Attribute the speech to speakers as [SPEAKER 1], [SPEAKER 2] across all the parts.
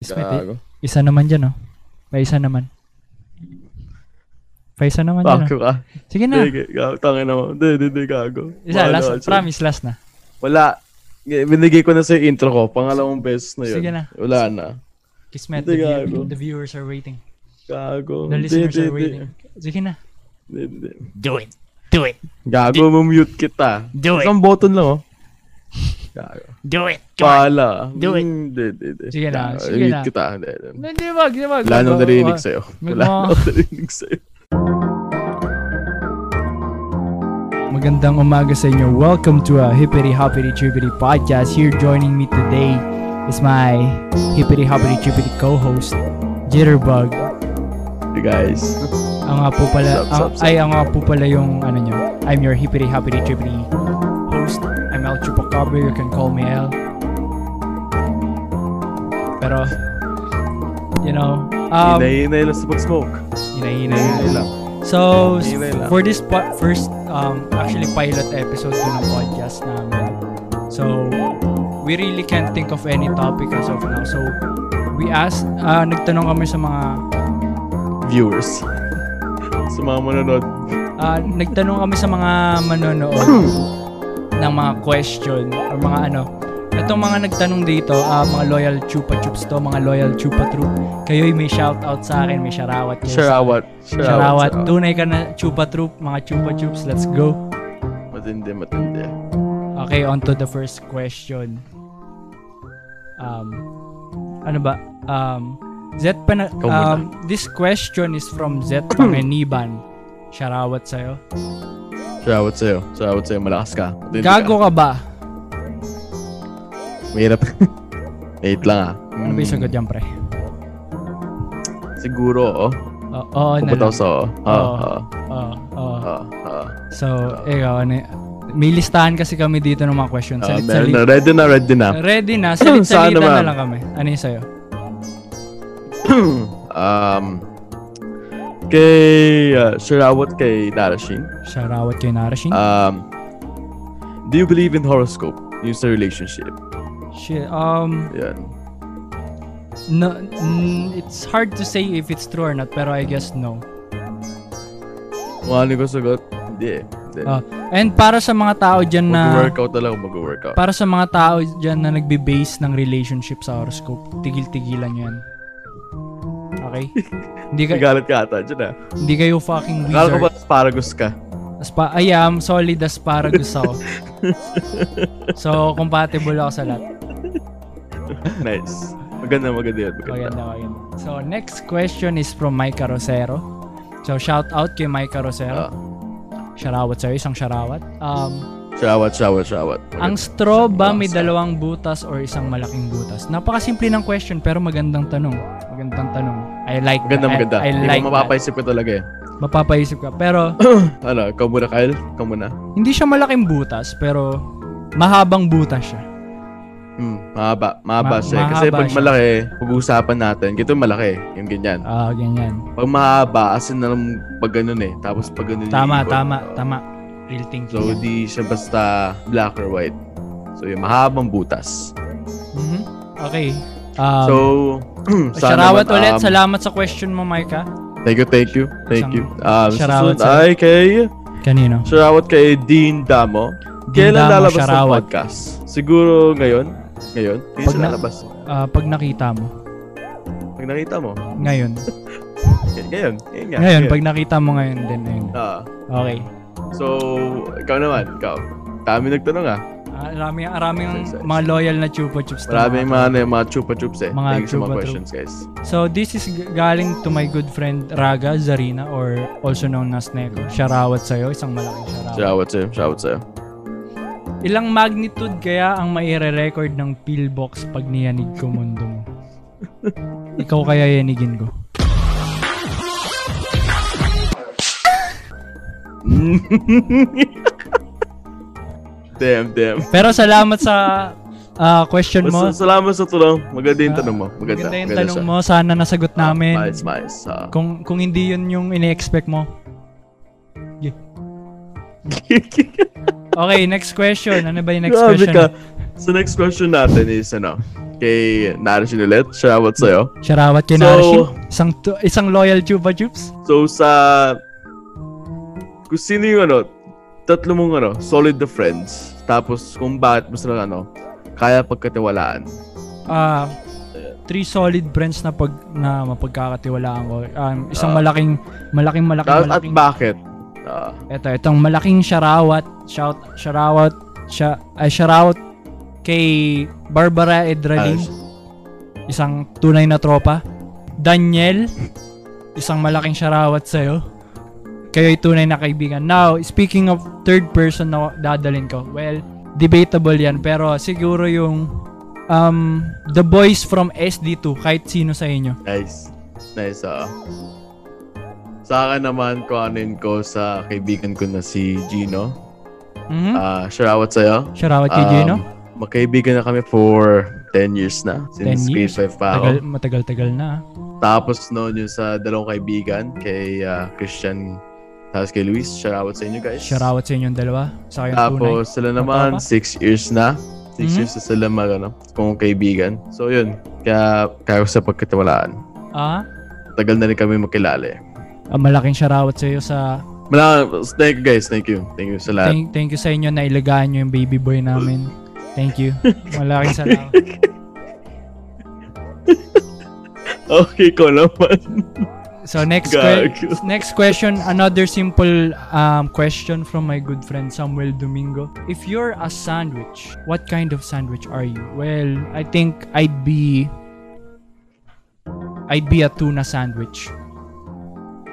[SPEAKER 1] Smith, eh.
[SPEAKER 2] Gago.
[SPEAKER 1] Isa naman dyan, oh. May isa naman. May isa naman dyan, oh.
[SPEAKER 2] Fuck ka.
[SPEAKER 1] Sige na.
[SPEAKER 2] Hindi, gago. Tangin na mo. Hindi, hindi, hindi, gago.
[SPEAKER 1] Isa,
[SPEAKER 2] Bahala
[SPEAKER 1] last,
[SPEAKER 2] ka, sir.
[SPEAKER 1] promise, last na.
[SPEAKER 2] Wala. G- Binigay ko na sa intro ko. Pangalawang beses na yun.
[SPEAKER 1] Sige na.
[SPEAKER 2] Wala na.
[SPEAKER 1] Kismet, the,
[SPEAKER 2] Hindi,
[SPEAKER 1] view-
[SPEAKER 2] gago.
[SPEAKER 1] the viewers are waiting.
[SPEAKER 2] Gago.
[SPEAKER 1] The
[SPEAKER 2] Hindi,
[SPEAKER 1] listeners
[SPEAKER 2] hindi,
[SPEAKER 1] are
[SPEAKER 2] hindi.
[SPEAKER 1] waiting. Sige na.
[SPEAKER 2] Hindi, hindi.
[SPEAKER 1] Do it. Do it.
[SPEAKER 2] Gago, mumute kita.
[SPEAKER 1] Do it.
[SPEAKER 2] Isang button lang, oh. Gago.
[SPEAKER 1] Do it.
[SPEAKER 2] Paala.
[SPEAKER 1] Do it.
[SPEAKER 2] Hmm, Hindi, hindi, hindi.
[SPEAKER 1] Sige na,
[SPEAKER 2] Gago,
[SPEAKER 1] sige
[SPEAKER 2] mute
[SPEAKER 1] na.
[SPEAKER 2] kita. Hindi, hindi.
[SPEAKER 1] Hindi, wag, hindi, wag.
[SPEAKER 2] Wala
[SPEAKER 1] Wag,
[SPEAKER 2] nang
[SPEAKER 1] wag,
[SPEAKER 2] narinig
[SPEAKER 1] wag.
[SPEAKER 2] sa'yo.
[SPEAKER 1] Wag
[SPEAKER 2] Wala
[SPEAKER 1] mo.
[SPEAKER 2] nang narinig sa'yo.
[SPEAKER 1] Magandang umaga sa inyo. Welcome to a Hippity Hoppity Chubity podcast. Here joining me today is my Hippity Hoppity Chubity co-host, Jitterbug.
[SPEAKER 2] Hey, guys.
[SPEAKER 1] Ang nga po pala,
[SPEAKER 2] Sup, sup,
[SPEAKER 1] ang- ay ang nga po pala yung ano nyo. I'm your Hippity Hoppity Chubity host. I'm El Chupacabra. You can call me El. Pero, you know, um,
[SPEAKER 2] Hinay-hinay lang sa pag-smoke.
[SPEAKER 1] hinahinay na.
[SPEAKER 2] Hinay lang.
[SPEAKER 1] So, s-
[SPEAKER 2] Anyway lang.
[SPEAKER 1] for this po- first, um, actually pilot episode to ng podcast namin. So, we really can't think of any topic as of now. So, we asked, ah, nagtanong kami sa mga,
[SPEAKER 2] Viewers. Sa mga manonood.
[SPEAKER 1] ah, nagtanong kami sa mga manonood
[SPEAKER 2] Hmm.
[SPEAKER 1] ng mga question or mga ano. Itong mga nagtanong dito, ah, mga loyal Chupa Chups to, mga loyal Chupa Troop. Kayo'y may shoutout sa akin, may sharawat. kayo sa-
[SPEAKER 2] Sharawat.
[SPEAKER 1] Sharawat. Tunay ka na Chupa Troop, mga Chupa Chups, let's go.
[SPEAKER 2] Matindi, matindi.
[SPEAKER 1] Okay, on to the first question. Um, ano ba? Um, Zet Pana...
[SPEAKER 2] Ikaw muna.
[SPEAKER 1] Um, this question is from Zet Pangeniban. Sharawat sa'yo.
[SPEAKER 2] Sharawat sa'yo. Sharawat sa'yo. Malakas ka. Matindi
[SPEAKER 1] Gago ka
[SPEAKER 2] ka.
[SPEAKER 1] ba?
[SPEAKER 2] Mahirap. Wait lang ah.
[SPEAKER 1] Ano ba yung
[SPEAKER 2] Mm,
[SPEAKER 1] sagot dyan, pre?
[SPEAKER 2] Siguro, oh.
[SPEAKER 1] O- Oo ano na lang.
[SPEAKER 2] Pumunta ko sa oh. Ah, oo. Oo,
[SPEAKER 1] Oo.
[SPEAKER 2] oo,
[SPEAKER 1] Oo, oo.
[SPEAKER 2] oo, oo.
[SPEAKER 1] So, ikaw, ano y- May listahan kasi kami dito ng mga questions.
[SPEAKER 2] Ah,
[SPEAKER 1] Salit
[SPEAKER 2] Meron na.
[SPEAKER 1] salit.
[SPEAKER 2] Ready na, ready na.
[SPEAKER 1] Ready na.
[SPEAKER 2] Saan
[SPEAKER 1] Salit salitan na
[SPEAKER 2] naman?
[SPEAKER 1] lang kami. Ano yung sa'yo?
[SPEAKER 2] um, kay uh, Sharawat kay Narashin.
[SPEAKER 1] Sharawat kay Narashin?
[SPEAKER 2] Um, do you believe in horoscope? Yung sa relationship.
[SPEAKER 1] Shit. Um,
[SPEAKER 2] Yan.
[SPEAKER 1] No, mm, it's hard to say if it's true or not, pero I guess no.
[SPEAKER 2] Kung ano ko sagot, hindi eh. Hindi.
[SPEAKER 1] Ah, and para sa mga tao dyan na...
[SPEAKER 2] Mag-workout talaga, mag-workout.
[SPEAKER 1] Para sa mga tao dyan na nagbe-base ng relationship sa horoscope, tigil-tigilan nyo yan. Okay? hindi, ka,
[SPEAKER 2] Nagalit ka ata, dyan ah.
[SPEAKER 1] hindi kayo fucking
[SPEAKER 2] Akala ko ba
[SPEAKER 1] wizard.
[SPEAKER 2] asparagus ka?
[SPEAKER 1] Aspa- I am solid asparagus ako. so, compatible ako sa lahat.
[SPEAKER 2] Nice. Maganda, maganda yun. Maganda.
[SPEAKER 1] Maganda, maganda. So, next question is from Mike Rosero. So, shout out kay Mike Rosero.
[SPEAKER 2] Ah,
[SPEAKER 1] Sharawat sa'yo, isang sharawat. Um,
[SPEAKER 2] shawat, shawat, shawat.
[SPEAKER 1] Ang straw ba may
[SPEAKER 2] Basta.
[SPEAKER 1] dalawang butas or isang malaking butas? Napakasimple ng question pero magandang tanong. Magandang tanong. I like
[SPEAKER 2] Maganda,
[SPEAKER 1] that.
[SPEAKER 2] maganda.
[SPEAKER 1] I, I
[SPEAKER 2] Hindi
[SPEAKER 1] like
[SPEAKER 2] mo
[SPEAKER 1] that.
[SPEAKER 2] mapapaisip ko talaga eh.
[SPEAKER 1] Mapapaisip ka. Pero
[SPEAKER 2] Ano, ikaw muna, Kyle? Ikaw muna.
[SPEAKER 1] hindi siya malaking butas pero mahabang butas siya.
[SPEAKER 2] Hmm, mahaba.
[SPEAKER 1] Ma-
[SPEAKER 2] Mahaba siya. eh. Kasi
[SPEAKER 1] mahaba
[SPEAKER 2] pag
[SPEAKER 1] siya.
[SPEAKER 2] malaki, pag-uusapan natin, ganito yung malaki, yung ganyan.
[SPEAKER 1] Ah, ganyan.
[SPEAKER 2] Pag mahaba, as in alam pag ganun eh. Tapos pag ganun yung
[SPEAKER 1] Tama,
[SPEAKER 2] ikot.
[SPEAKER 1] tama, tama. Real
[SPEAKER 2] So,
[SPEAKER 1] thinking. yan.
[SPEAKER 2] di siya basta black or white. So, yung mahabang butas.
[SPEAKER 1] Mhm. Okay. Um,
[SPEAKER 2] so, sana
[SPEAKER 1] sharawat
[SPEAKER 2] naman,
[SPEAKER 1] ulit.
[SPEAKER 2] um,
[SPEAKER 1] Salamat sa question mo, Micah.
[SPEAKER 2] Thank you, thank you, thank
[SPEAKER 1] Isang
[SPEAKER 2] you. Um,
[SPEAKER 1] sharawat
[SPEAKER 2] sharawat
[SPEAKER 1] sa'yo.
[SPEAKER 2] ay kay,
[SPEAKER 1] Kanino?
[SPEAKER 2] sharawat kay Dean Damo. Kailan
[SPEAKER 1] Damo,
[SPEAKER 2] lalabas ng
[SPEAKER 1] sharawat.
[SPEAKER 2] podcast? Siguro ngayon. Ngayon? Kailan
[SPEAKER 1] Pag
[SPEAKER 2] siya
[SPEAKER 1] na-
[SPEAKER 2] lalabas?
[SPEAKER 1] Ah, pag nakita mo.
[SPEAKER 2] Pag nakita mo.
[SPEAKER 1] Ngayon.
[SPEAKER 2] Ngay- Ngayon. Ngayon nga.
[SPEAKER 1] Ngayon, pag nakita mo ngayon din. Ayun.
[SPEAKER 2] Ah,
[SPEAKER 1] Okay.
[SPEAKER 2] so, ikaw naman. Ikaw. Dami nagtanong ah.
[SPEAKER 1] Ah, Marami, maraming
[SPEAKER 2] Sorry, sorry,
[SPEAKER 1] mga loyal na Chupa Chups. na mga-
[SPEAKER 2] Maraming mga, ano, mga chupa chups eh.
[SPEAKER 1] Mga
[SPEAKER 2] Thank you sa mga
[SPEAKER 1] chupa-chup.
[SPEAKER 2] questions guys.
[SPEAKER 1] So, this is g- galing to my good friend Raga Zarina or also known as Neko. Sharawat sa'yo, isang malaking sharawat.
[SPEAKER 2] Shoutout sa'yo. Shoutout sa'yo.
[SPEAKER 1] Ilang magnitude kaya ang maire-record ng pillbox pag niyanig ko mundo mo? Ikaw kaya yanigin ko?
[SPEAKER 2] damn, damn.
[SPEAKER 1] Pero salamat sa ah, question mo. Ah,
[SPEAKER 2] Mas, salamat sa tulong. Maganda yung tanong mo. Maganda.
[SPEAKER 1] Maganda yung
[SPEAKER 2] maganda
[SPEAKER 1] tanong
[SPEAKER 2] siya.
[SPEAKER 1] mo. Sana nasagot
[SPEAKER 2] Ah,
[SPEAKER 1] namin.
[SPEAKER 2] Maayos, maayos. Ah.
[SPEAKER 1] Kung kung hindi yun yung ini-expect mo. Okay, next question. Ano ba yung next
[SPEAKER 2] Grabe
[SPEAKER 1] question?
[SPEAKER 2] ka. So ah. next question natin is ano, kay Narishin ulit. Shout out sa'yo.
[SPEAKER 1] Sharawat kay
[SPEAKER 2] So-
[SPEAKER 1] Narashin. Isang, tu- isang loyal Chupa Chups.
[SPEAKER 2] So sa... Kung sino yung ano, tatlo mong ano, solid na friends. Tapos kung bakit mo sila ano, kaya pagkatiwalaan.
[SPEAKER 1] Ah, three solid brands na pag na mapagkakatiwalaan ko. Um, isang
[SPEAKER 2] Ah.
[SPEAKER 1] malaking malaking malaking
[SPEAKER 2] At, at
[SPEAKER 1] malaking
[SPEAKER 2] bakit? Ah,
[SPEAKER 1] Ito, itong malaking sharawat. Shout, sharawat. Sha, ay, sharawat kay Barbara Edralin. Isang tunay na tropa. Daniel. Isang malaking sharawat sa'yo. Kayo'y tunay na kaibigan. Now, speaking of third person na dadalin ko. Well, debatable yan. Pero siguro yung um, the boys from SD2. Kahit sino sa inyo.
[SPEAKER 2] Nice. Nice, ah. Sa akin naman, kuhanin ko sa kaibigan ko na si Gino.
[SPEAKER 1] Mhm.
[SPEAKER 2] Ah, shout out sa'yo.
[SPEAKER 1] Sharawat Ah, kay
[SPEAKER 2] Um,
[SPEAKER 1] Gino.
[SPEAKER 2] Magkaibigan na kami for 10 years na.
[SPEAKER 1] 10
[SPEAKER 2] Since
[SPEAKER 1] years?
[SPEAKER 2] grade 5 pa ako.
[SPEAKER 1] Tagal, matagal-tagal na. ah.
[SPEAKER 2] Tapos noon yung sa dalawang kaibigan, kay ah, Christian tapos kay Luis. Shout out sa inyo guys.
[SPEAKER 1] Sharawat sa inyong dalawa. Sa kayong tunay.
[SPEAKER 2] Tapos sila naman,
[SPEAKER 1] Tama?
[SPEAKER 2] 6 years na. 6
[SPEAKER 1] Mhm.
[SPEAKER 2] years na sila mag, ano, kung kaibigan. So yun, kaya kaya ko sa pagkatiwalaan.
[SPEAKER 1] Ah,
[SPEAKER 2] Tagal na rin kami makilala eh. Ang
[SPEAKER 1] malaking sharawat sa iyo sa
[SPEAKER 2] Mala- thank you guys, thank you. Thank you sa lahat.
[SPEAKER 1] thank, thank you sa inyo na ilagaan niyo yung baby boy namin. Thank you. Malaking salamat.
[SPEAKER 2] Okay ko naman.
[SPEAKER 1] So next que-
[SPEAKER 2] Gago.
[SPEAKER 1] next question, another simple um, question from my good friend Samuel Domingo. If you're a sandwich, what kind of sandwich are you? Well, I think I'd be I'd be a tuna sandwich.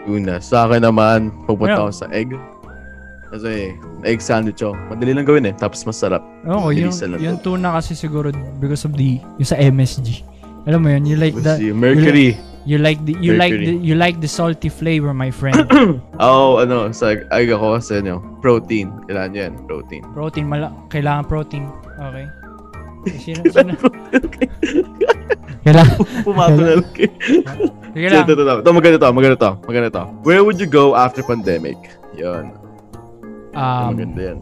[SPEAKER 2] Una, sa akin naman, pupunta
[SPEAKER 1] Ano?
[SPEAKER 2] ako sa egg. Kasi egg sandwich oh. Madali lang gawin eh, tapos masarap.
[SPEAKER 1] Oo, yung,
[SPEAKER 2] Bilisan lang
[SPEAKER 1] yung tuna kasi siguro because of the yung sa MSG. Alam mo yun, you like
[SPEAKER 2] Let's
[SPEAKER 1] the
[SPEAKER 2] see, Mercury.
[SPEAKER 1] You like the you like the
[SPEAKER 2] Mercury.
[SPEAKER 1] you like the salty flavor, my friend.
[SPEAKER 2] Oo, oh, ano, sa egg ako kasi ano, protein. Kailangan nyo yan, protein.
[SPEAKER 1] protein mala kailangan protein. Okay. Sino, sino? kailangan
[SPEAKER 2] Pumato na lang kayo.
[SPEAKER 1] Sige
[SPEAKER 2] Ito,
[SPEAKER 1] lang.
[SPEAKER 2] ito, ito, ito, maganda to, maganda to, maganda to. Where would you go after pandemic? Yun,
[SPEAKER 1] Um,
[SPEAKER 2] maganda yan.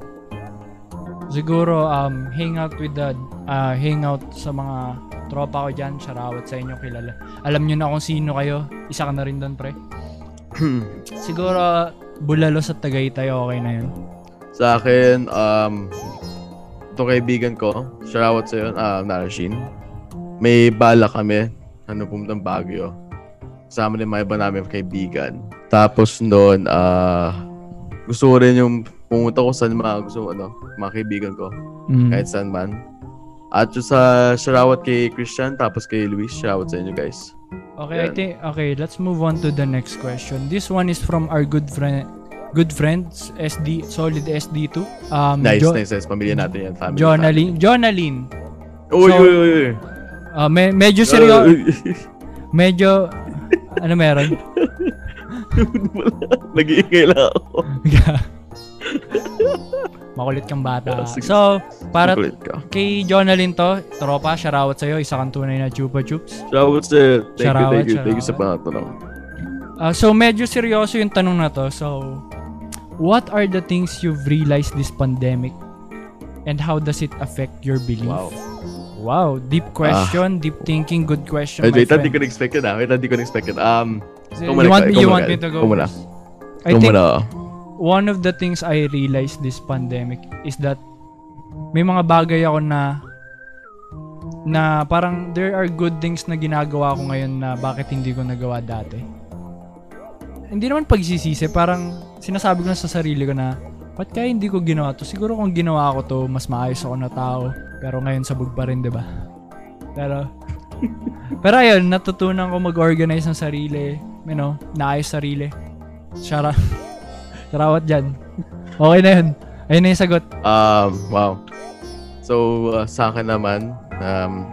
[SPEAKER 1] siguro um hang out with the uh, hang out sa mga tropa ko diyan, sharawat sa inyo kilala. Alam niyo na kung sino kayo. Isa ka na rin doon, pre. siguro Bulalos at Tagaytay okay na yun.
[SPEAKER 2] Sa akin, um, itong kaibigan ko, shoutout sa'yo, ah, Narashin. May bala kami, ano pumunta ng Baguio. Kasama din mga iba namin kaibigan. Tapos noon, ah, gusto ko rin yung pumunta ko sa mga gusto ano, mga kaibigan ko,
[SPEAKER 1] Mm.
[SPEAKER 2] kahit saan man. At yung sa shoutout kay Christian, tapos kay Luis, shoutout sa inyo guys.
[SPEAKER 1] Okay, I
[SPEAKER 2] Yan.
[SPEAKER 1] think okay, let's move on to the next question. This one is from our good friend good friends SD Solid SD2. Um
[SPEAKER 2] Nice,
[SPEAKER 1] Jo-
[SPEAKER 2] nice, nice. Pamilya natin yan, family. natin.
[SPEAKER 1] Jonaline, Jonaline.
[SPEAKER 2] Uy,
[SPEAKER 1] So-
[SPEAKER 2] uy, uy, uy.
[SPEAKER 1] Uh, me- medyo
[SPEAKER 2] Oh, Uy,
[SPEAKER 1] seryo,
[SPEAKER 2] uy.
[SPEAKER 1] medyo ano meron?
[SPEAKER 2] Wala. Nag-iingay lang ako.
[SPEAKER 1] Makulit kang bata.
[SPEAKER 2] Ah, sige.
[SPEAKER 1] So, para
[SPEAKER 2] Kulit ka.
[SPEAKER 1] kay Jonaline to, tropa, sharawat sa'yo, isa kang tunay na chupa chups.
[SPEAKER 2] Shoutout sa'yo. Thank you,
[SPEAKER 1] Shoutout,
[SPEAKER 2] thank you, thank you sa
[SPEAKER 1] shoutout.
[SPEAKER 2] panatanong.
[SPEAKER 1] Ah, so, medyo seryoso yung tanong na to. So, what are the things you've realized this pandemic and how does it affect your belief?
[SPEAKER 2] Wow. Ah.
[SPEAKER 1] Wow, deep question, deep thinking, good question, my
[SPEAKER 2] Wait, wait, hindi
[SPEAKER 1] friend.
[SPEAKER 2] ko na-expect yun ah. Wait, hindi ko na-expect yun. Um,
[SPEAKER 1] So,
[SPEAKER 2] Ikaw muna,
[SPEAKER 1] you want,
[SPEAKER 2] ikaw,
[SPEAKER 1] you
[SPEAKER 2] ikaw
[SPEAKER 1] want me
[SPEAKER 2] muna,
[SPEAKER 1] to go
[SPEAKER 2] ikaw muna.
[SPEAKER 1] first? I
[SPEAKER 2] ikaw
[SPEAKER 1] think
[SPEAKER 2] muna.
[SPEAKER 1] one of the things I realized this pandemic is that may mga bagay ako na na parang there are good things na ginagawa ko ngayon na bakit hindi ko nagawa dati. Hindi naman pagsisisi, parang sinasabi ko na sa sarili ko na ba't kaya hindi ko ginawa to? Siguro kung ginawa ko to, mas maayos ako na tao. Pero ngayon sabog pa rin, di ba? Pero, pero ayun, natutunan ko mag-organize ng sarili. You know, naayos sarili. Shara. Sarawat dyan. Okay na yun. Ayun na yung sagot.
[SPEAKER 2] Um, wow. So, uh, sa akin naman, um,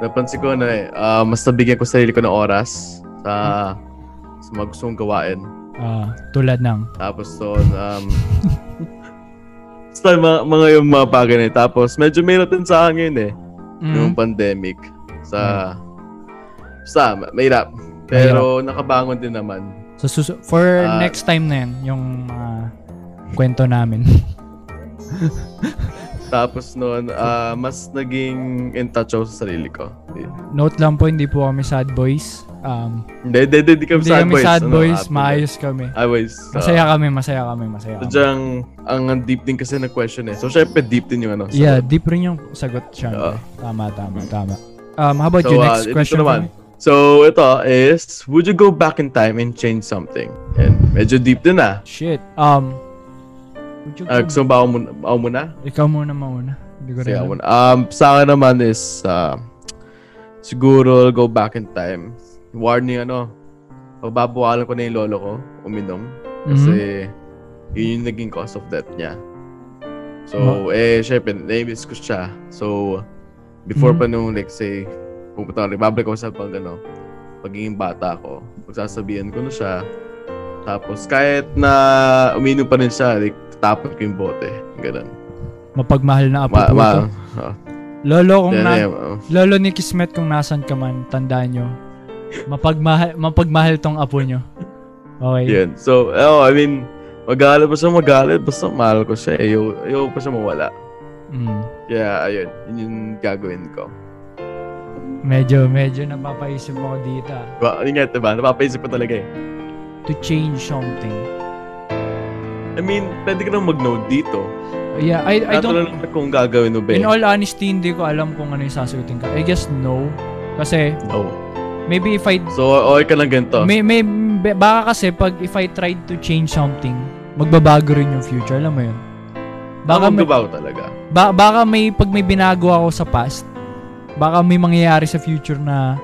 [SPEAKER 2] napansin ko na eh, uh, mas nabigyan ko sarili ko ng oras sa, sa mga gusto kong gawain.
[SPEAKER 1] Ah, tulad ng.
[SPEAKER 2] Tapos doon, um, basta mga, mga yung mga bagay na yun. Tapos medyo mayroon din sa akin ngayon eh.
[SPEAKER 1] Mm.
[SPEAKER 2] yung pandemic sa sa mahirap pero nakabangon din naman
[SPEAKER 1] So, susu- for
[SPEAKER 2] Ah.
[SPEAKER 1] ah, next time na yun, yung mga kwento namin.
[SPEAKER 2] Tapos noon, ah, mas naging in touch ako sa sarili ko.
[SPEAKER 1] Note lang po, hindi po kami sad boys. Um,
[SPEAKER 2] Hindi, hindi, hindi, hindi kami
[SPEAKER 1] hindi
[SPEAKER 2] sad
[SPEAKER 1] kami
[SPEAKER 2] boys.
[SPEAKER 1] sad
[SPEAKER 2] Ano,
[SPEAKER 1] boys,
[SPEAKER 2] happy
[SPEAKER 1] maayos kami.
[SPEAKER 2] na. Always. ah,
[SPEAKER 1] Masaya kami, masaya kami, masaya kami.
[SPEAKER 2] Sadyang, ang ang deep din kasi na question eh. So, syempre, deep din yung ano. sagot.
[SPEAKER 1] Yeah, deep rin yung sagot siya.
[SPEAKER 2] Oo.
[SPEAKER 1] Tama, tama, tama. Um, how about you?
[SPEAKER 2] ah,
[SPEAKER 1] Next
[SPEAKER 2] ito
[SPEAKER 1] question
[SPEAKER 2] naman.
[SPEAKER 1] naman.
[SPEAKER 2] So, ito is, would you go back in time and change something? And medyo deep din ah.
[SPEAKER 1] Shit. Um, would you
[SPEAKER 2] Uh,
[SPEAKER 1] go-
[SPEAKER 2] gusto mo ba ako muna? Ako muna?
[SPEAKER 1] Ikaw muna mauna. Hindi ko rin
[SPEAKER 2] Sige, ako
[SPEAKER 1] alam.
[SPEAKER 2] muna. Um, sa akin naman is, uh, siguro I'll go back in time. Warning ano, pagbabawalan ko na yung lolo ko, uminom.
[SPEAKER 1] Mm-hmm.
[SPEAKER 2] Kasi,
[SPEAKER 1] Mhm.
[SPEAKER 2] yun yung naging cause of death niya. So, eh, syempre, na-miss ko siya. So, before
[SPEAKER 1] Mhm.
[SPEAKER 2] pa nung, like, say, pupunta ko, nagbabalik ako sa pag, ano, pagiging bata ko, pagsasabihan ko na siya. Tapos, kahit na uminom pa rin siya, like, tatapon ko yung bote. Ganun.
[SPEAKER 1] Mapagmahal na apo
[SPEAKER 2] Ma,
[SPEAKER 1] po
[SPEAKER 2] ma,
[SPEAKER 1] to.
[SPEAKER 2] oh,
[SPEAKER 1] Lolo, kung
[SPEAKER 2] yan,
[SPEAKER 1] na,
[SPEAKER 2] yan, oh.
[SPEAKER 1] lolo ni Kismet kung nasan ka man, tandaan nyo. Mapagmahal, mapagmahal tong apo nyo. Okay.
[SPEAKER 2] Yun. So, oh, I mean, magalit pa siya magalit, basta mahal ko siya. eh. Ayaw, ayaw pa siya mawala.
[SPEAKER 1] Mm.
[SPEAKER 2] Kaya, ayun, yun yung gagawin ko.
[SPEAKER 1] Medyo, medyo napapaisip ako dito. ah.
[SPEAKER 2] Ba, yun nga, diba? Napapaisip ko talaga eh.
[SPEAKER 1] To change something.
[SPEAKER 2] I mean, pwede ka nang mag-note dito.
[SPEAKER 1] Yeah, I, I don't...
[SPEAKER 2] Natanong lang kung gagawin mo ba eh.
[SPEAKER 1] In all honesty, hindi ko alam kung ano yung sasagutin ko. I guess no. Kasi,
[SPEAKER 2] Oh.
[SPEAKER 1] maybe if I...
[SPEAKER 2] So, okay ka lang ganito.
[SPEAKER 1] May, may, be- baka kasi pag if I tried to change something, magbabago rin yung future. Alam mo yun? Baka
[SPEAKER 2] Baka
[SPEAKER 1] may,
[SPEAKER 2] magbabago talaga.
[SPEAKER 1] ba- baka may, pag may binago ako sa past, baka may mangyayari sa future na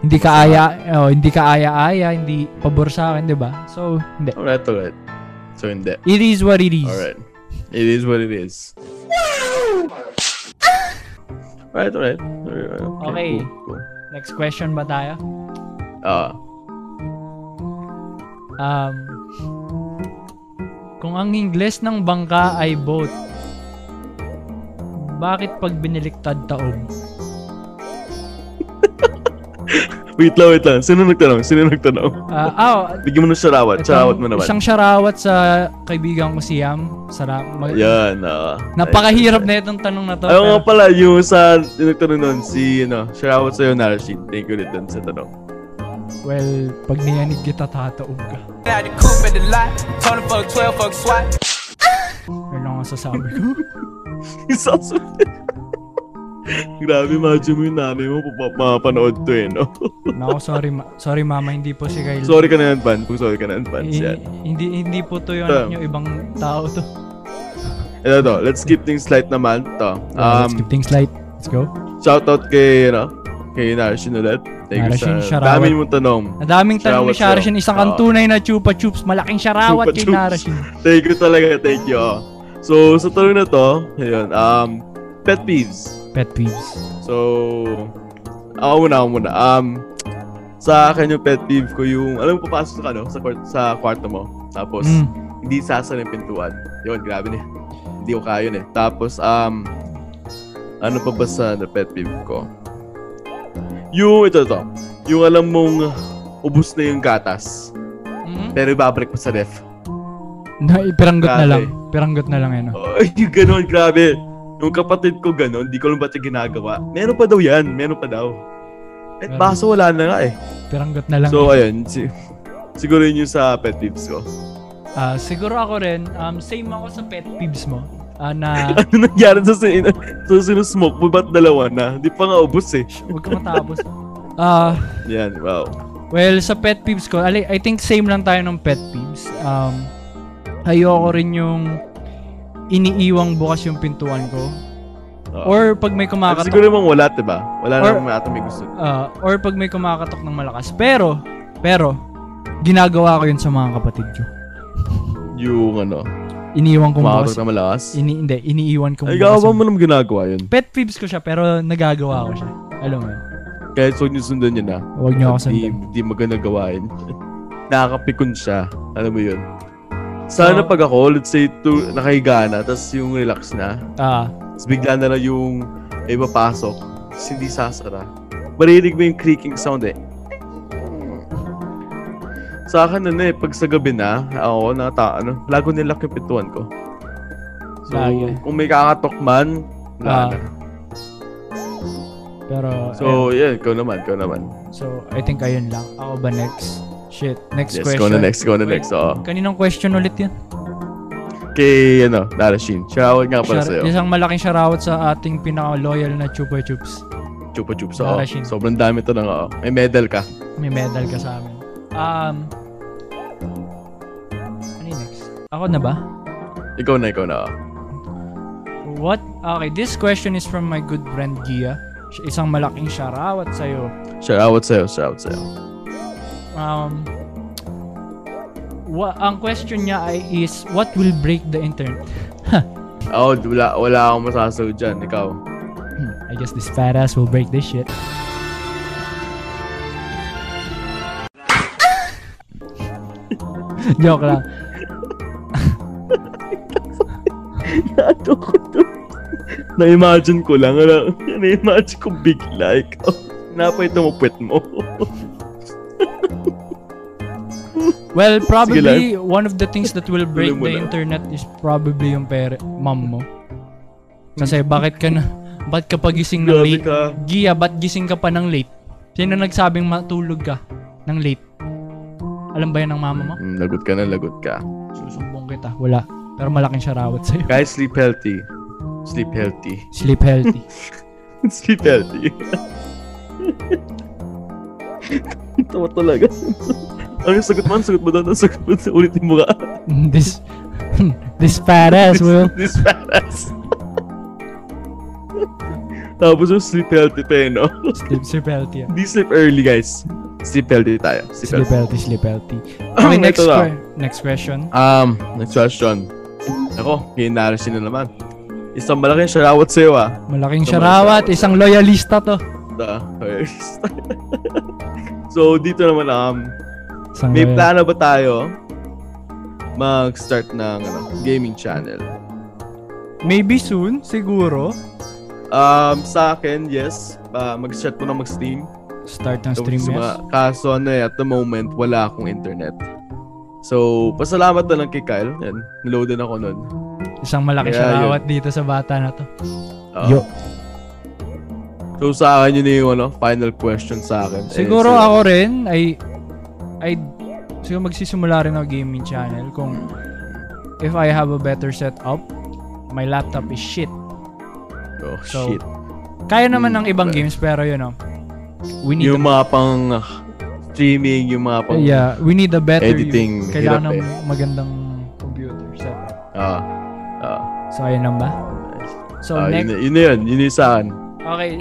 [SPEAKER 1] hindi ka aya, oh, hindi ka aya-aya, hindi pabor sa akin, di ba? So, hindi.
[SPEAKER 2] Alright, alright. So, hindi.
[SPEAKER 1] It is what it is.
[SPEAKER 2] Alright. It is what it is. Alright, alright. Alright,
[SPEAKER 1] Okay.
[SPEAKER 2] Cool, cool.
[SPEAKER 1] Next question ba tayo?
[SPEAKER 2] Ah,
[SPEAKER 1] Um, kung ang Ingles ng bangka ay boat, bakit pag biniliktad taob?
[SPEAKER 2] wait lang, wait lang. Sino nagtanong? Sino nagtanong?
[SPEAKER 1] Ah, oh,
[SPEAKER 2] Bigyan mo ng sarawat.
[SPEAKER 1] itong
[SPEAKER 2] Sarawat mo naman.
[SPEAKER 1] Isang sharawat sa kaibigan ko si Yam. Sara, mag-
[SPEAKER 2] Yan, ah.
[SPEAKER 1] Napakahirap na itong tanong na to.
[SPEAKER 2] Ayaw nga
[SPEAKER 1] pero-
[SPEAKER 2] pala, yung sa, yung nagtanong nun, si, ano, shoutout sa'yo, Narashin. Thank you ulit dun sa tanong.
[SPEAKER 1] well, pag niyanig kita, tataob ka.
[SPEAKER 3] Out the coupe at the lot. Tony fuck 12 fuck swat.
[SPEAKER 1] Ano nga sasabi ko?
[SPEAKER 2] Isa sa... Grabe, imagine mo yung nanay mo, papa- mapapanood to eh, no?
[SPEAKER 1] Nako, sorry, ma- sorry mama, hindi po si Kyle.
[SPEAKER 2] sorry ka na yan, Pan. Kung sorry ka na yan, Pan.
[SPEAKER 1] Hi-
[SPEAKER 2] Yan.
[SPEAKER 1] hindi, hindi po to yun,
[SPEAKER 2] Ito.
[SPEAKER 1] yung ibang tao to.
[SPEAKER 2] Ito to, let's skip things light naman. To.
[SPEAKER 1] Ah, Let's
[SPEAKER 2] Um,
[SPEAKER 1] keep things light. Let's go.
[SPEAKER 2] shoutout kay, ano, kay Narashin ulit. Thank
[SPEAKER 1] Narashin,
[SPEAKER 2] you sa...
[SPEAKER 1] shoutout.
[SPEAKER 2] Dami mong tanong.
[SPEAKER 1] Ang daming tanong ni
[SPEAKER 2] Sharawat sa'yo.
[SPEAKER 1] Sharashin, isang ang
[SPEAKER 2] Oo.
[SPEAKER 1] tunay na chupa chups, malaking sharawat
[SPEAKER 2] Chupa
[SPEAKER 1] kay
[SPEAKER 2] Chups.
[SPEAKER 1] Narashin.
[SPEAKER 2] Thank you talaga, thank you. oh. So, sa tanong na to, ayun, um, pet peeves.
[SPEAKER 1] Pet peeves.
[SPEAKER 2] So, ako muna, ako muna. Um, sa akin yung pet peeve ko yung, alam mo, papasok ka, no? Sa, kwart- sa kwarto mo. Tapos,
[SPEAKER 1] Mm.
[SPEAKER 2] hindi sasara yung pintuan. Yun, grabe na. yun. Hindi ko kaya yun eh. Tapos, um, ano pa ba sa na pet peeve ko? Yung, ito, ito. Yung alam mong ubus na yung gatas, pero ibabalik mo sa ref.
[SPEAKER 1] Na, piranggot na
[SPEAKER 2] Grabe.
[SPEAKER 1] lang. Piranggot na lang yan. oh.
[SPEAKER 2] Ay, yung ganun, grabe. Yung kapatid ko ganun, di ko alam ba't siya ginagawa. Meron pa daw yan, meron pa daw. At
[SPEAKER 1] Meron.
[SPEAKER 2] baso wala na nga eh.
[SPEAKER 1] Piranggot na lang. eh.
[SPEAKER 2] So, ayun. Si- siguro yun yung sa pet peeves ko.
[SPEAKER 1] Ah, siguro ako rin, um, same ako sa pet peeves mo. Ah, na
[SPEAKER 2] Ano nangyari sa, sin- sa sinusmoke mo? Ba't dalawa na? Hindi pa nga ubos eh.
[SPEAKER 1] huwag ka matapos. Ah,
[SPEAKER 2] Yan, wow.
[SPEAKER 1] well, sa pet peeves ko, ali- I think same lang tayo ng pet peeves. Um, ayoko rin yung iniiwang bukas yung pintuan ko.
[SPEAKER 2] Oo.
[SPEAKER 1] Or pag may
[SPEAKER 2] At
[SPEAKER 1] kumakatok.
[SPEAKER 2] siguro namang wala, diba? Wala
[SPEAKER 1] Or-
[SPEAKER 2] namang ata may gusto.
[SPEAKER 1] Ah, or pag may kumakatok ng malakas. Pero, pero, ginagawa ko yun sa mga kapatid ko.
[SPEAKER 2] Yung ano,
[SPEAKER 1] Iniwan ko bukas.
[SPEAKER 2] kumakatok na malakas.
[SPEAKER 1] Ini, hindi, iniiwan ko
[SPEAKER 2] Ay,
[SPEAKER 1] bukas.
[SPEAKER 2] gawa mo naman ginagawa yun.
[SPEAKER 1] Pet peeves ko siya, pero nagagawa ko siya. Alam mo yun.
[SPEAKER 2] Kahit huwag niyo sundan yun ah.
[SPEAKER 1] Huwag niyo ako
[SPEAKER 2] Di,
[SPEAKER 1] sundan.
[SPEAKER 2] di maganda gawain. Nakakapikon siya. Alam mo yun. Sana
[SPEAKER 1] Oo.
[SPEAKER 2] pag ako, let's say, tu- nakahiga na, tapos yung relax na,
[SPEAKER 1] Ah,
[SPEAKER 2] Tapos bigla na lang yung iba pasok. Tapos hindi sasara. Maririnig mo yung creaking sound eh. Sa akin ano eh, pag sa gabi na, ako na ano, lago nilak yung pintuan ko. So,
[SPEAKER 1] Bagay.
[SPEAKER 2] kung may kakatok man,
[SPEAKER 1] Ah.
[SPEAKER 2] wala na.
[SPEAKER 1] Pero,
[SPEAKER 2] So, yeah, ikaw naman, ikaw naman.
[SPEAKER 1] ayun. so I think ayun lang. Ako ba next? Shit, next
[SPEAKER 2] Yes,
[SPEAKER 1] question.
[SPEAKER 2] go na next, go na
[SPEAKER 1] Wait,
[SPEAKER 2] next. Oo.
[SPEAKER 1] Kaninong question ulit yan?
[SPEAKER 2] Kay, ano, Darashin. Shoutout nga pala
[SPEAKER 1] Shara-
[SPEAKER 2] sa'yo.
[SPEAKER 1] Isang malaking shoutout sa ating pinaka-loyal na Chupa Chups.
[SPEAKER 2] Chupa Chups, oo.
[SPEAKER 1] Darashin.
[SPEAKER 2] Sobrang dami to ng, oo. May medal ka.
[SPEAKER 1] May medal ka sa amin. Um, ano yung next? Ako na ba?
[SPEAKER 2] Ikaw na, ikaw na. oo.
[SPEAKER 1] What? Okay, this question is from my good friend Gia. Siya- Isang malaking shoutout sa'yo.
[SPEAKER 2] Shoutout sa'yo, shoutout sa'yo.
[SPEAKER 1] Um, wa- ang question niya ay is, what will break the internet?
[SPEAKER 2] Ako, wala, wala akong masasagot dyan. Ikaw.
[SPEAKER 1] Hmm, I guess this fat ass will break this shit. Joke lang.
[SPEAKER 2] Ano ko to? Na-imagine ko lang. Ano, na-imagine ko bigla. Ikaw. Napay tumupit mo.
[SPEAKER 1] Well,
[SPEAKER 2] Sige
[SPEAKER 1] probably one of the things that will break
[SPEAKER 2] Tuloy mo
[SPEAKER 1] the
[SPEAKER 2] lang.
[SPEAKER 1] internet is probably yung pere, mom mo. Kasi bakit ka na, ba't ka pagising ng
[SPEAKER 2] Hmm. Grabe
[SPEAKER 1] late?
[SPEAKER 2] ka.
[SPEAKER 1] Gia, ba't gising ka pa ng late? Sino nagsabing matulog ka ng late? Alam ba yan ng mama mo?
[SPEAKER 2] Mm, lagot ka na, lagot ka.
[SPEAKER 1] Susumbong kita. Wala. Pero malaking sharawat sa'yo.
[SPEAKER 2] Guys, sleep healthy. Sleep healthy.
[SPEAKER 1] Sleep healthy.
[SPEAKER 2] sleep healthy. Tama talaga. Ang sagot mo, ang sagot mo doon, ang sagot mo doon. Ulitin mo ka.
[SPEAKER 1] this, this fat ass will.
[SPEAKER 2] This fat ass. Tapos yung sleep healthy pa eh, no?
[SPEAKER 1] Sleep, sleep healthy. ah.
[SPEAKER 2] Di sleep early, guys. Sleep healthy tayo.
[SPEAKER 1] Sleep
[SPEAKER 2] Sleep, healthy.
[SPEAKER 1] healthy, sleep healthy. Okay, next,
[SPEAKER 2] Ito na.
[SPEAKER 1] que- next question.
[SPEAKER 2] Um, next question. Ako, kinarasin na naman. Isang malaking shoutout sa'yo, ah.
[SPEAKER 1] Malaking
[SPEAKER 2] Ito,
[SPEAKER 1] sharawat.
[SPEAKER 2] malaking
[SPEAKER 1] Isang loyalista to.
[SPEAKER 2] The first. so, dito naman, um,
[SPEAKER 1] Isang
[SPEAKER 2] may
[SPEAKER 1] loyal-
[SPEAKER 2] plano ba tayo mag-start ng ano, gaming channel?
[SPEAKER 1] Maybe soon, siguro.
[SPEAKER 2] Um, sa akin, yes. ah, mag-start mo na mag-stream.
[SPEAKER 1] Start ng
[SPEAKER 2] Tapos
[SPEAKER 1] stream,
[SPEAKER 2] sa mga-
[SPEAKER 1] yes.
[SPEAKER 2] Kaso ano eh, at the moment, wala akong internet. So, pasalamat na lang kay Kyle. Yan, niloadan ako nun.
[SPEAKER 1] Isang malaking
[SPEAKER 2] Kaya yun.
[SPEAKER 1] sharawat dito sa bata na to.
[SPEAKER 2] Ah. So, sa akin yun yung ano, final question sa akin. Eh,
[SPEAKER 1] Siguro
[SPEAKER 2] sa'yo.
[SPEAKER 1] ako rin ay ay siguro magsisimula rin ng gaming channel kung if I have a better setup. My laptop is shit.
[SPEAKER 2] Oh,
[SPEAKER 1] So,
[SPEAKER 2] shit.
[SPEAKER 1] Kaya naman
[SPEAKER 2] Hmm,
[SPEAKER 1] ng ibang
[SPEAKER 2] pero-
[SPEAKER 1] games pero you know. We need
[SPEAKER 2] Yung
[SPEAKER 1] a,
[SPEAKER 2] mga pang ah, streaming, yung mga pang...
[SPEAKER 1] yeah, we need a better
[SPEAKER 2] editing,
[SPEAKER 1] Kailangan ng
[SPEAKER 2] hirap
[SPEAKER 1] magandang computer setup.
[SPEAKER 2] Ah, ah.
[SPEAKER 1] So ayun lang ba? So
[SPEAKER 2] Ah, yun,
[SPEAKER 1] next
[SPEAKER 2] na- yun na yun. Yun yung sa akin.
[SPEAKER 1] okay.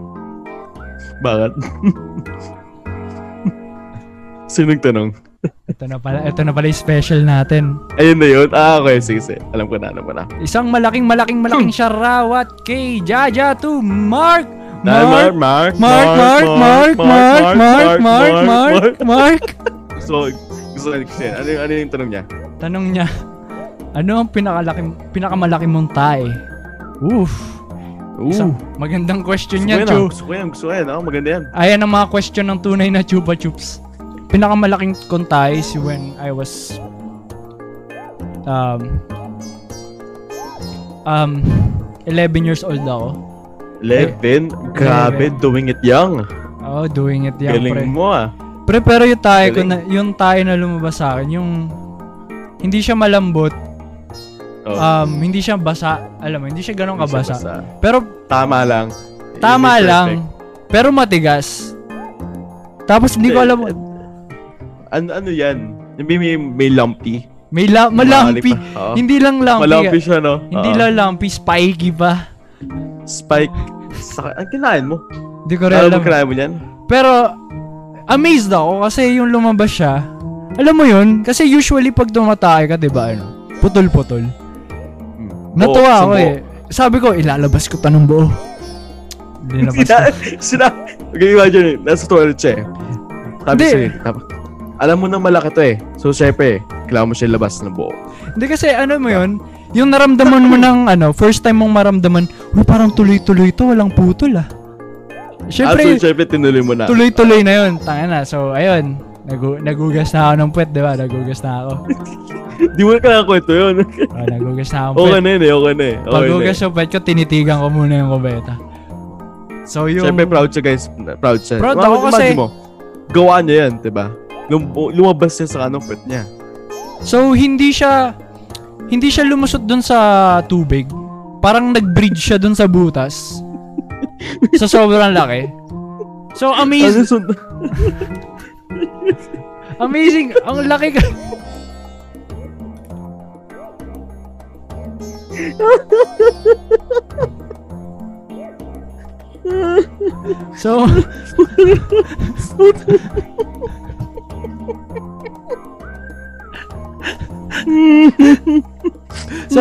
[SPEAKER 2] Bakit? Sinong tanong?
[SPEAKER 1] Ito na pala ito na pala yung special natin.
[SPEAKER 2] Ayun na yun. Ah, okay. Sige, sige. Alam ko na, alam ko na.
[SPEAKER 1] Isang malaking malaking malaking sharawat kay Jaja to Mark
[SPEAKER 2] Dahil Mark, Mark,
[SPEAKER 1] Mark, Mark, Mark, Mark, Mark, Mark, Mark, Mark.
[SPEAKER 2] So, gusto ko kasi, ano, yung- ano yung tanong niya?
[SPEAKER 1] Tanong niya, ano ang pinakalaki, pinakamalaki mong tae? Oof.
[SPEAKER 2] Ooh,
[SPEAKER 1] Isang magandang question
[SPEAKER 2] gusto ko
[SPEAKER 1] niya,
[SPEAKER 2] yan, ah.
[SPEAKER 1] Chu.
[SPEAKER 2] gusto ko yan, gusto ko yan, ah. maganda yan.
[SPEAKER 1] Ayan ang mga question ng tunay na Chupa Chups. Pinakamalaking kong tae is when I was... Um... Um... 11 years old ako.
[SPEAKER 2] Levin, grabe,
[SPEAKER 1] Eleven.
[SPEAKER 2] doing it young.
[SPEAKER 1] Oh, doing it young, pre.
[SPEAKER 2] Galing mo ah.
[SPEAKER 1] Pre, pero yung tayo ko
[SPEAKER 2] Galing.
[SPEAKER 1] na, yung tayo na lumabas sa akin, yung hindi siya malambot,
[SPEAKER 2] Oh,
[SPEAKER 1] um, hindi siya basa, alam mo, hindi siya ganun
[SPEAKER 2] hindi siya
[SPEAKER 1] kabasa.
[SPEAKER 2] basa.
[SPEAKER 1] Pero
[SPEAKER 2] Tama lang.
[SPEAKER 1] tama
[SPEAKER 2] Yun yung
[SPEAKER 1] lang,
[SPEAKER 2] perfect.
[SPEAKER 1] pero matigas. Tapos hindi ko alam,
[SPEAKER 2] Ano, ano yan? Yung May, may, may lumpy.
[SPEAKER 1] may la- malampi.
[SPEAKER 2] Malalim pa, oo.
[SPEAKER 1] Hindi lang lumpy.
[SPEAKER 2] Malumpy siya, no?
[SPEAKER 1] Hindi
[SPEAKER 2] Oo.
[SPEAKER 1] lang lumpy, spiky pa.
[SPEAKER 2] Spike. Sa, ang kinain mo?
[SPEAKER 1] Hindi ko rin
[SPEAKER 2] Alam
[SPEAKER 1] alam.
[SPEAKER 2] mo kinain mo yan?
[SPEAKER 1] Pero, amazed ako kasi yung lumabas siya, alam mo yun, kasi usually pag tumatay ka, di ba, ano, putol-putol.
[SPEAKER 2] Hmm.
[SPEAKER 1] Natuwa ako eh. Sabi ko, ilalabas ko tanong buo. Nilabas ko.
[SPEAKER 2] Sina, sina, okay, imagine, eh, nasa toilet siya eh. Sabi
[SPEAKER 1] Hindi.
[SPEAKER 2] siya, tap- alam mo na malaki to eh. So, syempre, kailangan mo siya labas ng buo.
[SPEAKER 1] Hindi kasi ano mo yun, yung naramdaman mo ng ano, first time mong maramdaman, uy parang tuloy-tuloy to, walang putol ah.
[SPEAKER 2] Siyempre, ah, so,
[SPEAKER 1] Siyempre,
[SPEAKER 2] syempre, tinuloy mo na.
[SPEAKER 1] tuloy-tuloy na yun. Tanga na, so ayun. Nagu nagugas na ako ng puwet, di ba? Nagugas na ako.
[SPEAKER 2] Di mo na kailangan kwento yun.
[SPEAKER 1] Oh, nagugas na ako ng
[SPEAKER 2] okay
[SPEAKER 1] puwet.
[SPEAKER 2] na yun eh, okay na eh. Okay na
[SPEAKER 1] Paghugas
[SPEAKER 2] eh.
[SPEAKER 1] ng puwet ko, tinitigan ko muna yung kubeta. So yung...
[SPEAKER 2] Siyempre proud siya guys, proud siya.
[SPEAKER 1] Proud
[SPEAKER 2] Mga-
[SPEAKER 1] ako
[SPEAKER 2] imagine
[SPEAKER 1] kasi-
[SPEAKER 2] Mo, gawa niya yan, di ba? Lum- lumabas siya sa kanong pet niya.
[SPEAKER 1] So hindi siya hindi siya lumusot dun sa tubig. Parang nag-bridge siya dun sa butas. sa sobrang laki. So
[SPEAKER 2] Ano
[SPEAKER 1] amazing,
[SPEAKER 2] sun-
[SPEAKER 1] amazing. Ang laki ka. so So,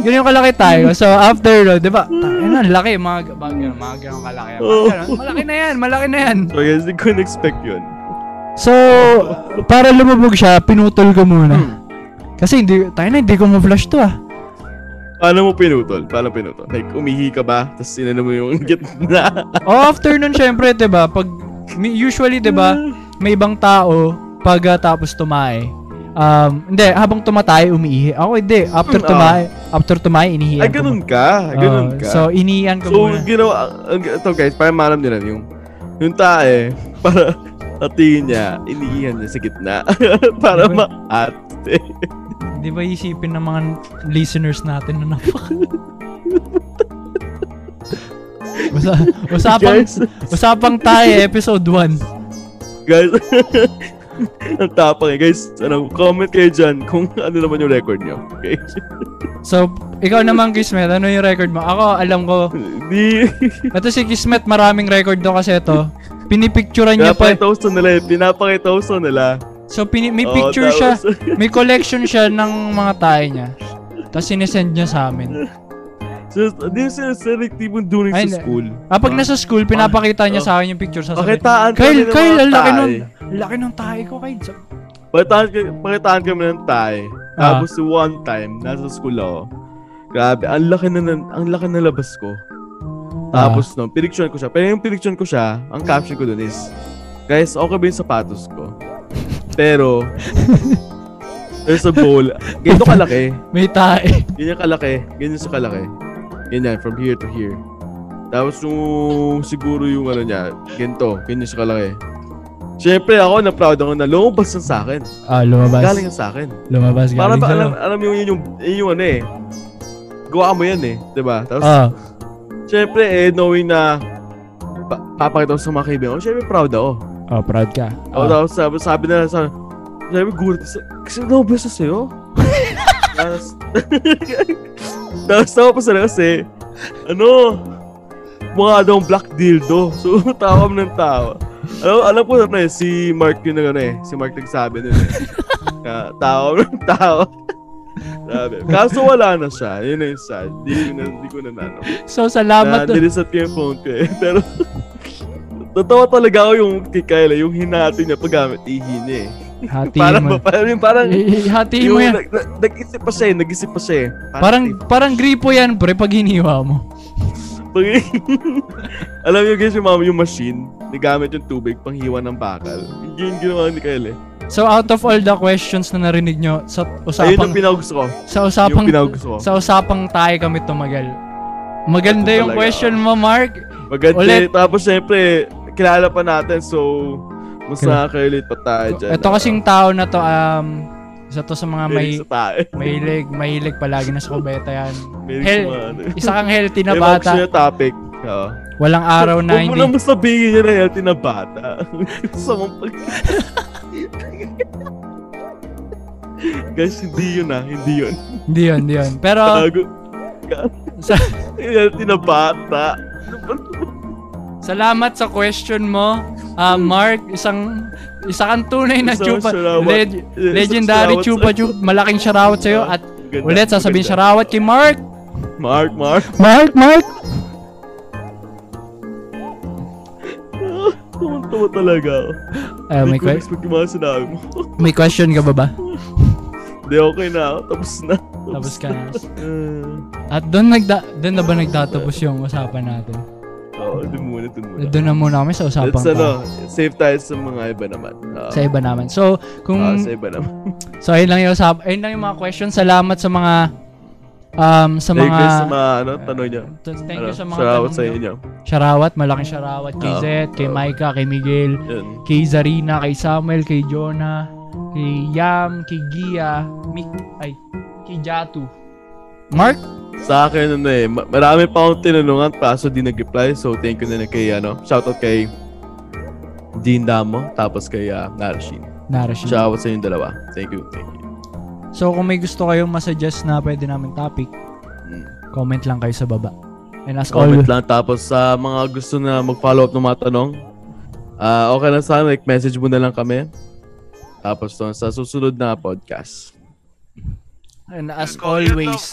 [SPEAKER 1] yun yung kalaki tayo. So, after, no, di ba? Ano, laki, mga, mga, ganun, mga ganun kalaki. Mga
[SPEAKER 2] Oo.
[SPEAKER 1] ganun. malaki na yan, malaki na yan.
[SPEAKER 2] Oh. so guys, hindi ko expect yun.
[SPEAKER 1] So, para lumubog siya, pinutol ko muna. Kasi hindi, tayo na, hindi ko ma-flush to ah.
[SPEAKER 2] Paano mo pinutol? Paano pinutol? Like, umihi ka ba? Tapos sinano mo yung gitna.
[SPEAKER 1] O, Oh, after nun, syempre, di ba, pag, mi- usually, di ba, may ibang tao, pag ah, tapos tumae, um, hindi, habang tumatay, umiihi. Ako hindi, after
[SPEAKER 2] Mm, ah.
[SPEAKER 1] tumae, after tumae, inihihan ko
[SPEAKER 2] Ay, Ah, ganun
[SPEAKER 1] muna.
[SPEAKER 2] ka.
[SPEAKER 1] Oo,
[SPEAKER 2] Ganun ka.
[SPEAKER 1] Oh, So, inihihan ko
[SPEAKER 2] So,
[SPEAKER 1] muna.
[SPEAKER 2] ginawa, ang, ito guys, para malam nyo lang yung, yung tae, para atingin niya, iniihan niya sa gitna. para
[SPEAKER 1] Diba?
[SPEAKER 2] ma-ate.
[SPEAKER 1] Di ba isipin ng mga listeners natin na napaka... Usa, usapang,
[SPEAKER 2] Guys.
[SPEAKER 1] usapang tayo, episode 1.
[SPEAKER 2] Guys, ang tapang eh. Guys, ano, comment kayo dyan kung ano naman yung record nyo. Okay?
[SPEAKER 1] So, ikaw naman, Kismet, ano yung record mo? Ako, alam ko,
[SPEAKER 2] Di,
[SPEAKER 1] ito si Kismet, maraming record daw kasi ito. Pinipicturean niya pa.
[SPEAKER 2] pinapakita ko sa nila eh. Pinapakita ko sa nila.
[SPEAKER 1] So, pini, may
[SPEAKER 2] Oo,
[SPEAKER 1] picture siya,
[SPEAKER 2] tapos-
[SPEAKER 1] may collection siya ng mga tayo niya. Tapos sinesend niya sa amin.
[SPEAKER 2] So, di sila selectivong duning
[SPEAKER 1] Ay,
[SPEAKER 2] sa
[SPEAKER 1] hindi.
[SPEAKER 2] school.
[SPEAKER 1] Ah, pag nasa school, pinapakita niya
[SPEAKER 2] Oh.
[SPEAKER 1] sa akin yung picture. Sasabi,
[SPEAKER 2] Pakitaan
[SPEAKER 1] Kyle,
[SPEAKER 2] kami ng
[SPEAKER 1] Kyle,
[SPEAKER 2] mga
[SPEAKER 1] ang laki
[SPEAKER 2] tae.
[SPEAKER 1] nung, laki nung tayo ko, Kyle. Sabi-
[SPEAKER 2] Pakitaan, ka- pakitaan kami ng tae.
[SPEAKER 1] Ah.
[SPEAKER 2] Tapos one time, nasa school ako. Grabe, ang laki na, nun- ang laki na labas ko. Tapos no, pinicturean ko siya. Pero yung pinicturean ko siya, ang caption ko dun is, Guys, okay ba yung sapatos ko? Pero, there's a bowl. Ganito kalaki.
[SPEAKER 1] May tae.
[SPEAKER 2] Ganyan kalaki. Ganyan siya kalaki. Ganyan, from here to here. Tapos yung siguro yung ano niya, ganito, ganyan siya kalaki. Siyempre ako, na-proud ako na lumabas na sa akin.
[SPEAKER 1] Ah, lumabas.
[SPEAKER 2] Galing yan sa akin.
[SPEAKER 1] Lumabas, galing
[SPEAKER 2] Para ba
[SPEAKER 1] sa'yo.
[SPEAKER 2] alam, alam mo yun yung, yun yung ano eh. Gawa mo yan eh, di ba? Tapos,
[SPEAKER 1] Ah,
[SPEAKER 2] siyempre eh, knowing na pa- papakita ko sa mga kaibigan ko, siyempre proud ako.
[SPEAKER 1] oh, proud ka. Ah.
[SPEAKER 2] Oh. Tapos sabi, sabi na sa sabi gulat sa kasi lumabas na sa'yo. tapos, tapos tawa pa sila kasi, ano, mukha daw ang black dildo. So, tawa mo ng tawa. Alam, alam ko na eh, si Mark yun na gano'n eh. Si Mark nagsabi nun eh. Na, tawa mo ng tawa. Sabi. Kaso wala na siya. Yun na yung sad. Di ko na, di ko na nano.
[SPEAKER 1] Ah. So,
[SPEAKER 2] Na,
[SPEAKER 1] salamat. dun-
[SPEAKER 2] nilisat ko yung phone ko eh. Pero, totoo talaga ako yung kay Kyle, eh, yung hinati niya paggamit, ihi niya eh.
[SPEAKER 1] Hatiin
[SPEAKER 2] Parang,
[SPEAKER 1] mo.
[SPEAKER 2] ba- parang, parang,
[SPEAKER 1] I- i- Hatiin mo
[SPEAKER 2] yung
[SPEAKER 1] yan.
[SPEAKER 2] nag- nag- nag-isip pa siya eh, nag-isip pa siya eh.
[SPEAKER 1] Parang, parang gripo yan, pre, pag hiniwa mo.
[SPEAKER 2] pag- alam niyo guys, yung mama, yung machine, nagamit yung tubig pang hiwa ng bakal. Yun yung ginawa ni Kyle eh.
[SPEAKER 1] So, out of all the questions na narinig nyo, sa
[SPEAKER 2] Ayun yung
[SPEAKER 1] usapang,
[SPEAKER 2] pinagusto ko.
[SPEAKER 1] sa usapang,
[SPEAKER 2] yung pinagusto ko.
[SPEAKER 1] sa usapang tayo kami tumagal. Maganda
[SPEAKER 2] Ito
[SPEAKER 1] yung
[SPEAKER 2] talaga.
[SPEAKER 1] question mo, Mark.
[SPEAKER 2] Maganda
[SPEAKER 1] Ulit.
[SPEAKER 2] eh. Tapos syempre, kilala pa natin, so, mas
[SPEAKER 1] Kilala.
[SPEAKER 2] nakakailit pa tayo dyan.
[SPEAKER 1] Ito kasing tao na to, um, isa to sa mga may,
[SPEAKER 2] may... Sa tayo.
[SPEAKER 1] mahilig, mahilig palagi na sa kubeta yan.
[SPEAKER 2] Mahilig
[SPEAKER 1] Hel-
[SPEAKER 2] sa mga ano.
[SPEAKER 1] isa kang healthy na
[SPEAKER 2] Eh,
[SPEAKER 1] bata.
[SPEAKER 2] Max, yun yung topic. Oo.
[SPEAKER 1] Walang araw na
[SPEAKER 2] Huwag mo
[SPEAKER 1] hindi.
[SPEAKER 2] naman sabihin niya na healthy na bata. Sa mong pag... Guys, hindi yun ah. Hindi yun.
[SPEAKER 1] Hindi yun, hindi yun. Pero,
[SPEAKER 2] Tago.
[SPEAKER 1] sa,
[SPEAKER 2] healthy na bata.
[SPEAKER 1] salamat sa question mo, ah, Mark. Isang, isa kang tunay na
[SPEAKER 2] Isang
[SPEAKER 1] chupa.
[SPEAKER 2] shoutout.
[SPEAKER 1] leg-
[SPEAKER 2] Isang
[SPEAKER 1] legendary
[SPEAKER 2] shoutout
[SPEAKER 1] chupa
[SPEAKER 2] sa-
[SPEAKER 1] chupa. Malaking shoutout sa'yo. At
[SPEAKER 2] Ah, Ganda,
[SPEAKER 1] ulit, sasabihin
[SPEAKER 2] ganda.
[SPEAKER 1] shoutout kay Mark.
[SPEAKER 2] Mark, Mark.
[SPEAKER 1] Mark, Mark!
[SPEAKER 2] Tumuntawa talaga ako.
[SPEAKER 1] Ah,
[SPEAKER 2] Hindi
[SPEAKER 1] may,
[SPEAKER 2] ko
[SPEAKER 1] que-
[SPEAKER 2] expect yung mga sinabi mo.
[SPEAKER 1] may question ka ba ba?
[SPEAKER 2] Hindi, okay na ako. Tapos na.
[SPEAKER 1] Tapos ka na.
[SPEAKER 2] Uh,
[SPEAKER 1] At doon nagda doon na ba nagtatapos yung usapan natin?
[SPEAKER 2] Oo, hindi muna. muna, dun muna.
[SPEAKER 1] Doon na muna kami sa usapang
[SPEAKER 2] Let's
[SPEAKER 1] pa.
[SPEAKER 2] ano, save tayo sa mga iba naman. Ah,
[SPEAKER 1] Sa iba naman. So, kung...
[SPEAKER 2] ah, sa iba naman.
[SPEAKER 1] So, ayun lang yung usap. Ayun lang yung mga questions. Salamat sa mga... Um, sa
[SPEAKER 2] Thank
[SPEAKER 1] mga...
[SPEAKER 2] you sa mga ano, tanong niyo.
[SPEAKER 1] Thank
[SPEAKER 2] Ano,
[SPEAKER 1] you sa mga
[SPEAKER 2] Shoutout
[SPEAKER 1] tanong
[SPEAKER 2] sa
[SPEAKER 1] niyo.
[SPEAKER 2] inyo. Ah.
[SPEAKER 1] Sharawat, malaking sharawat kay
[SPEAKER 2] Oo.
[SPEAKER 1] Zed, kay
[SPEAKER 2] Oo.
[SPEAKER 1] Micah, kay Miguel,
[SPEAKER 2] Yun.
[SPEAKER 1] kay Zarina, kay Samuel, kay Jonah, kay Yam, kay Gia, Mik, ay, kay Jatu. Mark?
[SPEAKER 2] Sa akin, ano eh, ma- marami pa akong tinanungan, kaso di nag-reply. So, thank you na lang kay, ano, shoutout kay Dean Damo, tapos kay uh, Narashin.
[SPEAKER 1] Narashin.
[SPEAKER 2] Shoutout sa inyong dalawa. Thank you, thank you.
[SPEAKER 1] So kung may gusto kayong masuggest na pwede namin topic,
[SPEAKER 2] Mm.
[SPEAKER 1] comment lang kayo sa baba. And as
[SPEAKER 2] Comment
[SPEAKER 1] always,
[SPEAKER 2] lang. Tapos, sa mga gusto na mag-follow up ng mga tanong, ah, okay na sana, like, message mo na lang kami. Tapos, to, sa susunod na podcast.
[SPEAKER 1] and as always,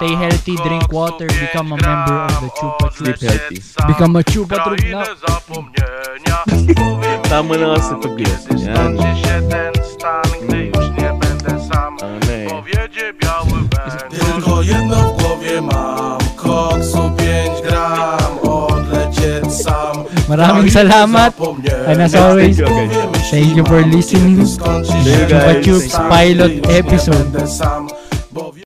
[SPEAKER 1] stay healthy, drink water, become a member of the Chupa
[SPEAKER 2] Sleep
[SPEAKER 1] Chups.
[SPEAKER 2] healthy.
[SPEAKER 1] Become a Chupa Troop na.
[SPEAKER 2] Tama na nga sa pag-lesson. Yan. Ano eh.
[SPEAKER 1] Oh,
[SPEAKER 4] Powiedzie biały węgiel
[SPEAKER 5] Tylko jedno w głowie mam Koksu 5 gram Odlecieć sam
[SPEAKER 1] Maraming salamat. And as always,
[SPEAKER 2] Thank you, guys.
[SPEAKER 1] thank you for listening.
[SPEAKER 5] Skończy
[SPEAKER 2] Thank you,
[SPEAKER 5] się
[SPEAKER 2] guys.
[SPEAKER 5] sam,
[SPEAKER 1] Pilot
[SPEAKER 5] już nie
[SPEAKER 1] episode.
[SPEAKER 5] będę sam, bo wie-